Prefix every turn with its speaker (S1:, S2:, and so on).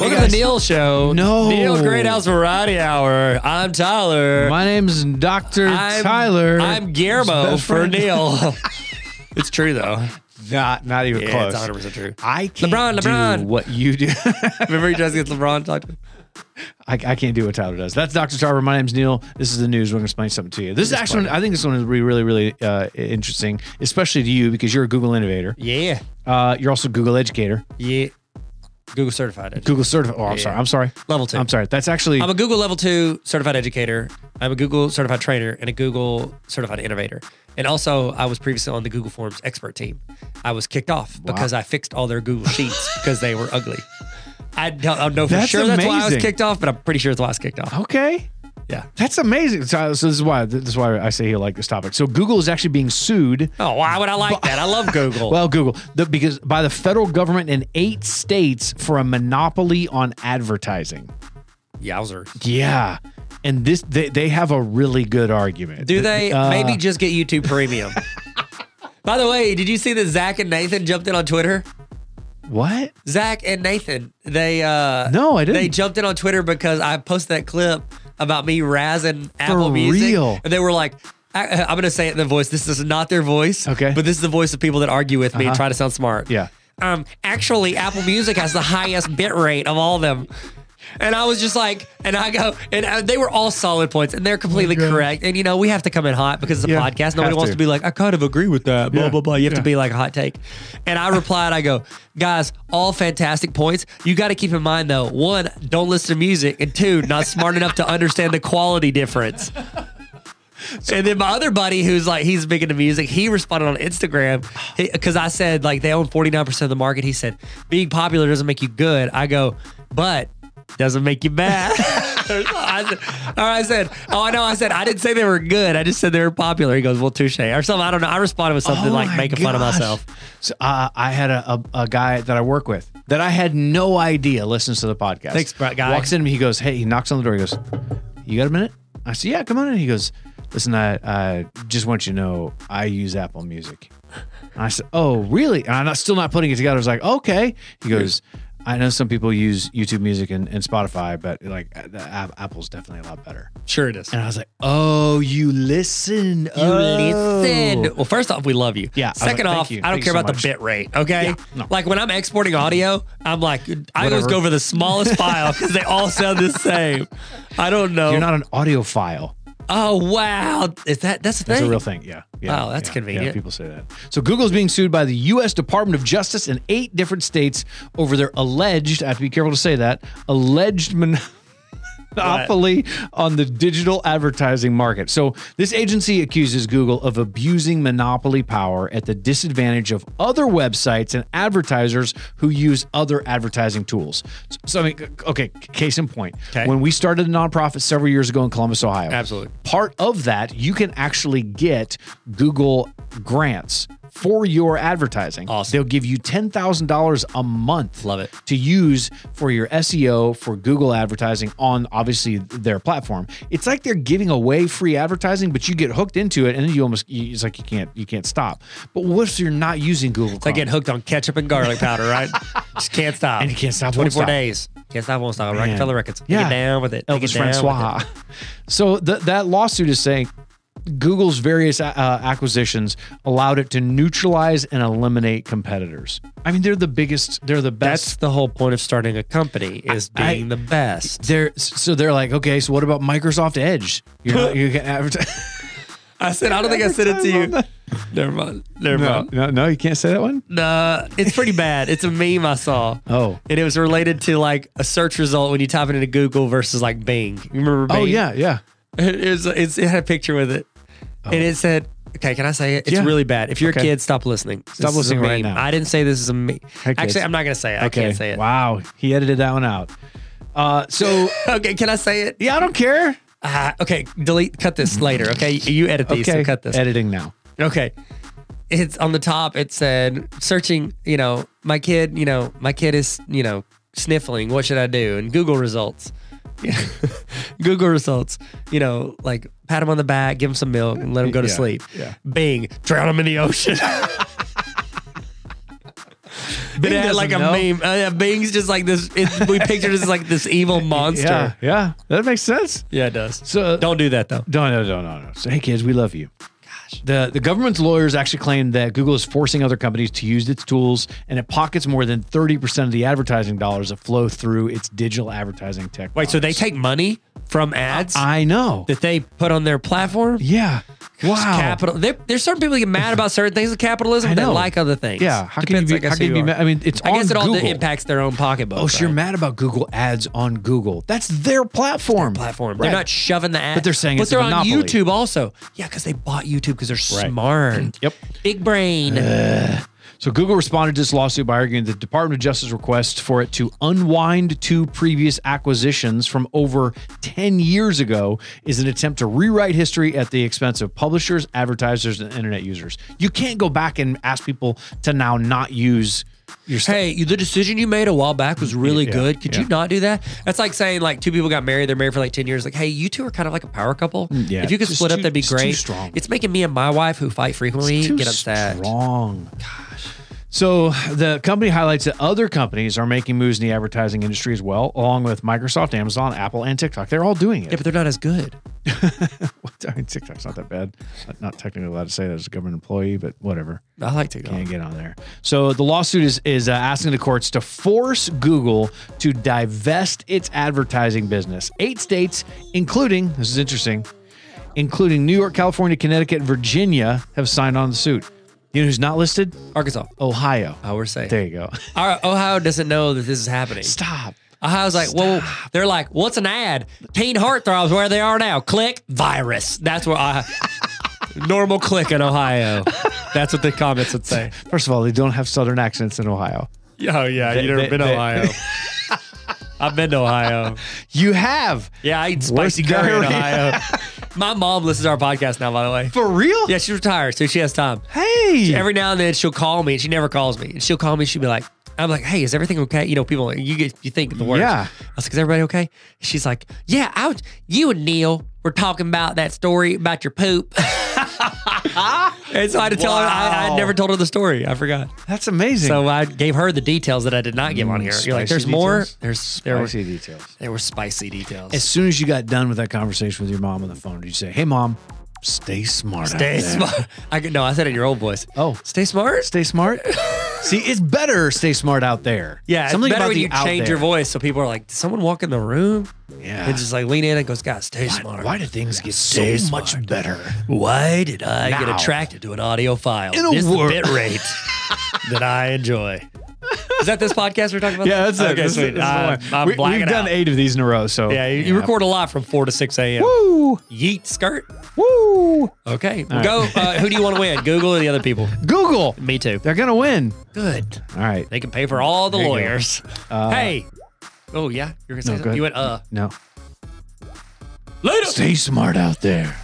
S1: Welcome to the Neil Show.
S2: No.
S1: Neil Greathouse Variety Hour. I'm Tyler.
S2: My name's Doctor
S1: I'm-
S2: Tyler.
S1: I'm Guillermo
S2: Best
S1: for
S2: friend.
S1: Neil. it's true though.
S2: not not even
S1: Yeah,
S2: close.
S1: it's 100 percent true.
S2: I can't
S1: LeBron,
S2: do
S1: LeBron.
S2: what you do.
S1: Remember he tries to get LeBron talked to?
S2: I, I can't do what Tyler does. That's Dr. Tarver. My name's Neil. This is the news. We're going to explain something to you. This is actually, I think this one is really, really, really uh, interesting, especially to you because you're a Google innovator.
S1: Yeah.
S2: Uh, you're also a Google educator,
S1: Yeah. Google certified. educator.
S2: Google certified. Oh, I'm
S1: Yeah.
S2: sorry. I'm sorry.
S1: Level two.
S2: I'm sorry. That's actually,
S1: I'm a Google level two certified educator. I'm a Google certified trainer and a Google certified innovator. And also, I was previously on the Google Forms expert team. I was kicked off because I fixed all their Google Sheets because they were ugly. I don't, I don't know for
S2: That's
S1: sure that's why I was
S2: amazing. Oh.
S1: kicked off, but I'm pretty sure that's why I was kicked off.
S2: okay.
S1: Yeah.
S2: That's amazing. So, so this is why this is why I say you like this topic. So Google is actually being sued
S1: Oh, why would I like that? I love Google.
S2: Well, Google, the, because by the federal government in eight states for a monopoly on advertising.
S1: Yowzer.
S2: Yeah, and this they, they have a really good argument.
S1: Do they
S2: Uh,
S1: maybe just get YouTube Premium? By the way, did you see that Zach and Nathan jumped in on Twitter?
S2: what?
S1: Zach and Nathan, they uh
S2: No, I didn't.
S1: They jumped in on Twitter because I posted that clip about me razzing Apple Music,
S2: real?
S1: and they were like. I, I'm gonna say it in their voice. This is not their voice,
S2: Okay. Uh-huh.
S1: But this is the voice of people that argue with me and try to sound smart.
S2: Yeah.
S1: Um. Actually, Apple Music has the highest bit rate of all of them, and I was just like, and I go, and I, they were all solid points, and they're completely
S2: God.
S1: correct. And you know, we have to come in hot because it's a
S2: Yeah,
S1: podcast. Nobody
S2: have
S1: wants
S2: to.
S1: to be like, I kind of agree with that. Blah
S2: Yeah,
S1: blah blah. You have to
S2: yeah.
S1: be be like a hot take. And I replied, I go, guys, all fantastic points. You got to keep in mind though, one, don't listen to music, and two, not smart enough to understand the quality difference. and then my other buddy, who's like, he's big into music, he responded on Instagram because I said, like, they own 49% of the market. He said, being popular doesn't make you good. I go, but doesn't make you bad. I said, or I said, oh, I know. I said, I didn't say they were good. I just said they were popular. He goes, well, touche. Or something. I don't know. I responded with something
S2: Oh
S1: like
S2: my
S1: making fun of
S2: gosh.
S1: myself.
S2: So, uh, I had a, a, a guy that I work with that I had no idea listens to the podcast.
S1: Thanks, Brett guy.
S2: Walks in and he goes, Hey, he knocks on the door. He goes, You got a minute? I said, Yeah, come on in. He goes, Listen, I, I just want you to know I use Apple Music. And I said, Oh, really? And I'm not, still not putting it together. I was like, Okay. He goes, I know some people use YouTube Music and, and Spotify, but like uh, the, app, Apple's definitely a lot better.
S1: Sure it is.
S2: And I was like, Oh, you listen. You
S1: You listen. Well, first off, we love you.
S2: Oh. Yeah, I was like,
S1: Second
S2: thank
S1: off,
S2: you.
S1: I don't
S2: Thank
S1: care
S2: you so
S1: about
S2: much.
S1: the bit rate. Okay.
S2: Yeah, no.
S1: Like when I'm exporting audio, I'm like, I always
S2: Whatever.
S1: go for the smallest file because they all sound the same. I don't know.
S2: You're not an audiophile.
S1: oh wow, is that that's the thing?
S2: That's a real thing. Yeah. yeah
S1: Wow, that's
S2: yeah,
S1: convenient.
S2: Yeah, people say that. So Google's being sued by the U.S. Department of Justice in eight different states over their alleged, I have to be careful to say that, alleged mon- monopoly on the digital advertising market. So this agency accuses Google of abusing monopoly power at the disadvantage of other websites and advertisers who use other advertising tools. So, so I mean, okay, case in point.
S1: Okay.
S2: When we started a nonprofit several years ago in Columbus, Ohio.
S1: Absolutely.
S2: Part of that, you can actually get Google grants for your advertising.
S1: Awesome.
S2: They'll give you $10,000 a month.
S1: Love it.
S2: To use for your SEO, for Google advertising on obviously their platform. It's like they're giving away free advertising, but you get hooked into it and then you almost, you- it's like you can't, you can't stop. But what if you're not using Google
S1: I
S2: Chrome?
S1: get hooked on ketchup and garlic powder, right? Just can't stop.
S2: And you can't stop, won't
S1: 24
S2: stop.
S1: days. Can't stop, won't stop.
S2: Man.
S1: Rockefeller Records. Take
S2: Yeah.
S1: it down with it. Take it
S2: Elvis
S1: down with
S2: Francois. So th- that lawsuit is saying Google's various uh, acquisitions allowed it to neutralize and eliminate competitors. I mean, they're the biggest. They're the
S1: it. That's
S2: best.
S1: the whole point of starting a company is
S2: I-
S1: being the best.
S2: they're so they're like, okay, so what about Microsoft Edge? You're not, you can advertise.
S1: I said, I don't think I said it to
S2: Every time
S1: you. Never mind. Never mind.
S2: no, no, you can't say that one.
S1: Nah, it's pretty bad. It's a meme I saw.
S2: Oh.
S1: And it was related to like a search result when you type it into Google versus like Bing. You remember Bing?
S2: Oh yeah, yeah.
S1: It, was, it's, it had a picture with it. And it said, okay, can I say it? It's
S2: Oh. Yeah.
S1: really bad. If you're
S2: Okay.
S1: a kid, stop listening. Stop
S2: listening right now.
S1: I didn't say this is a meme.
S2: kids.
S1: Actually, I'm not going to say it. I can't say it.
S2: Wow, he edited that one out. Uh, so
S1: Okay, can I say it?
S2: yeah, I don't care.
S1: Ah, okay, delete, cut this later. Okay, you edit these,
S2: Mm-hmm. Okay,
S1: so cut this.
S2: editing now.
S1: Okay. It's on the top. It said searching, you know, my kid, you know, my kid is, you know, sniffling. What should I do? And Google results. Google results, you know, like pat him on the back, give him some milk, and let him go to
S2: Yeah,
S1: sleep.
S2: yeah.
S1: Bing, drown him in the ocean. But it had
S2: doesn't
S1: like a
S2: know.
S1: meme. Uh, yeah, Bing's just like this. It, we pictured it as like this evil monster.
S2: Yeah, yeah, that makes sense.
S1: Yeah, it does.
S2: So
S1: Don't do that though.
S2: No, no, no, no, no. So, hey, kids, we love you. Gosh. The, the government's lawyers actually claim that Google is forcing other companies to use its tools and it pockets more than 30% of the advertising dollars that flow through its digital advertising tech.
S1: Wait, so they
S2: products.
S1: take money from ads
S2: I know.
S1: that they put on their platform?
S2: yeah. Wow.
S1: Capital. There, there's certain people that get mad about certain things of capitalism.
S2: I
S1: but They
S2: know.
S1: like other things.
S2: Yeah. How can you
S1: Depends,
S2: be,
S1: I guess,
S2: how
S1: who
S2: can you be
S1: are.
S2: mad? I mean, it's
S1: I
S2: on
S1: guess it all
S2: Google.
S1: impacts their own pocketbook.
S2: Oh, so you're
S1: right?
S2: mad about Google ads on Google. That's their platform.
S1: platform.
S2: Right.
S1: They're not shoving the ad,
S2: But they're saying
S1: but
S2: it's a
S1: they're on
S2: monopoly.
S1: YouTube also. Yeah, because they bought YouTube because they're
S2: Right.
S1: smart.
S2: Yep. Uh,
S1: big brain.
S2: So Google responded to this lawsuit by arguing the Department of Justice request for it to unwind two previous acquisitions from over 10 years ago is an attempt to rewrite history at the expense of publishers, advertisers, and internet users. You can't go back and ask people to now not use your stuff.
S1: hey, you- the decision you made a while back was really
S2: Yeah,
S1: good. Could you
S2: yeah.
S1: not do that? That's like saying like two people got married. They're married for like ten years. Like, hey, you two are kind of like a power couple.
S2: Mm, yeah,
S1: if you could
S2: it's
S1: split
S2: too-
S1: up, that'd be
S2: it's too
S1: great.
S2: strong.
S1: It's making me and my wife, who fight frequently,
S2: Too
S1: get upset.
S2: Strong. Gosh. So the company highlights that other companies are making moves in the advertising industry as well, along with Microsoft, Amazon, Apple, and TikTok. They're all doing it.
S1: Yeah, but they're not as good.
S2: What? I mean, TikTok's not that bad. Not- Not technically allowed to say that as a government employee, but whatever.
S1: I like to go.
S2: Can't get on there. So the lawsuit is is uh, asking the courts to force Google to divest its advertising business. Eight states, including this is interesting, including New York, California, Connecticut, and Virginia, have signed on to the suit. You know who's not listed?
S1: Arkansas.
S2: Ohio.
S1: Oh, we're safe.
S2: There you go.
S1: All right, Ohio doesn't know that this is happening.
S2: Stop.
S1: I was like, well, they're like, what's an ad? Teen heartthrobs where they are now. Click virus. That's what I. normal click in Ohio. That's what the comments would say.
S2: First of all, they don't have southern accents in Ohio.
S1: Oh yeah, you
S2: never been to Ohio.
S1: I've been to Ohio.
S2: You have
S1: Yeah, I eat
S2: Worst
S1: spicy curry in
S2: diarrhea.
S1: Ohio. My mom listens to our podcast now, by the way.
S2: for real.
S1: Yeah, she's retired, so she has time.
S2: Hey.
S1: Every now and then she'll call me, and she never calls me. And she'll call me, she'll be like, I'm like, hey, is everything okay? You know, people, you get, you think the worst.
S2: Yeah.
S1: I was like, is everybody okay? She's like, yeah, I was, you and Neil were talking about that story about your poop. and so I had to tell her, I, I
S2: Wow.
S1: never told her the story. I forgot.
S2: That's amazing.
S1: So I gave her the details that I did not give on
S2: Mm,
S1: here. You're like,
S2: spicy
S1: there's more.
S2: details?
S1: There's, there were,
S2: Spicy details.
S1: there were spicy details.
S2: As soon as you got done with that conversation with your mom on the phone, did you say, "Hey, mom, stay smart"? out
S1: Stay
S2: there."
S1: smart. I could, no, I said it in your old voice.
S2: Oh.
S1: stay smart.
S2: Stay smart. See, it's better stay smart out there.
S1: Yeah,
S2: something
S1: it's better
S2: about
S1: when
S2: the
S1: you
S2: out
S1: change
S2: there.
S1: your voice so people are like, did someone walk in the room?
S2: Yeah.
S1: And just like lean in and goes, God, stay
S2: Why,
S1: smart.
S2: why do things get
S1: Stay
S2: so much better?
S1: Why did I
S2: Now.
S1: get attracted to an audio file?
S2: In a
S1: this
S2: wor-
S1: bit rate that I enjoy. Is that this podcast we're talking about? okay, sweet. Uh, I'm blacking
S2: we've done
S1: out.
S2: eight of these in a row, so
S1: Yeah, you, you record a lot from four to six a.m.
S2: Woo,
S1: Yeet skirt.
S2: woo.
S1: Okay, go. Uh, who do you want to win? Google or the other people?
S2: Google,
S1: Me too.
S2: they're gonna win.
S1: Good.
S2: All right.
S1: They can pay for all the
S2: There you go. Uh,
S1: lawyers. hey. Oh yeah, you're gonna say
S2: no, go
S1: something?
S2: ahead.
S1: you went uh
S2: No,
S1: later.
S2: stay smart out there.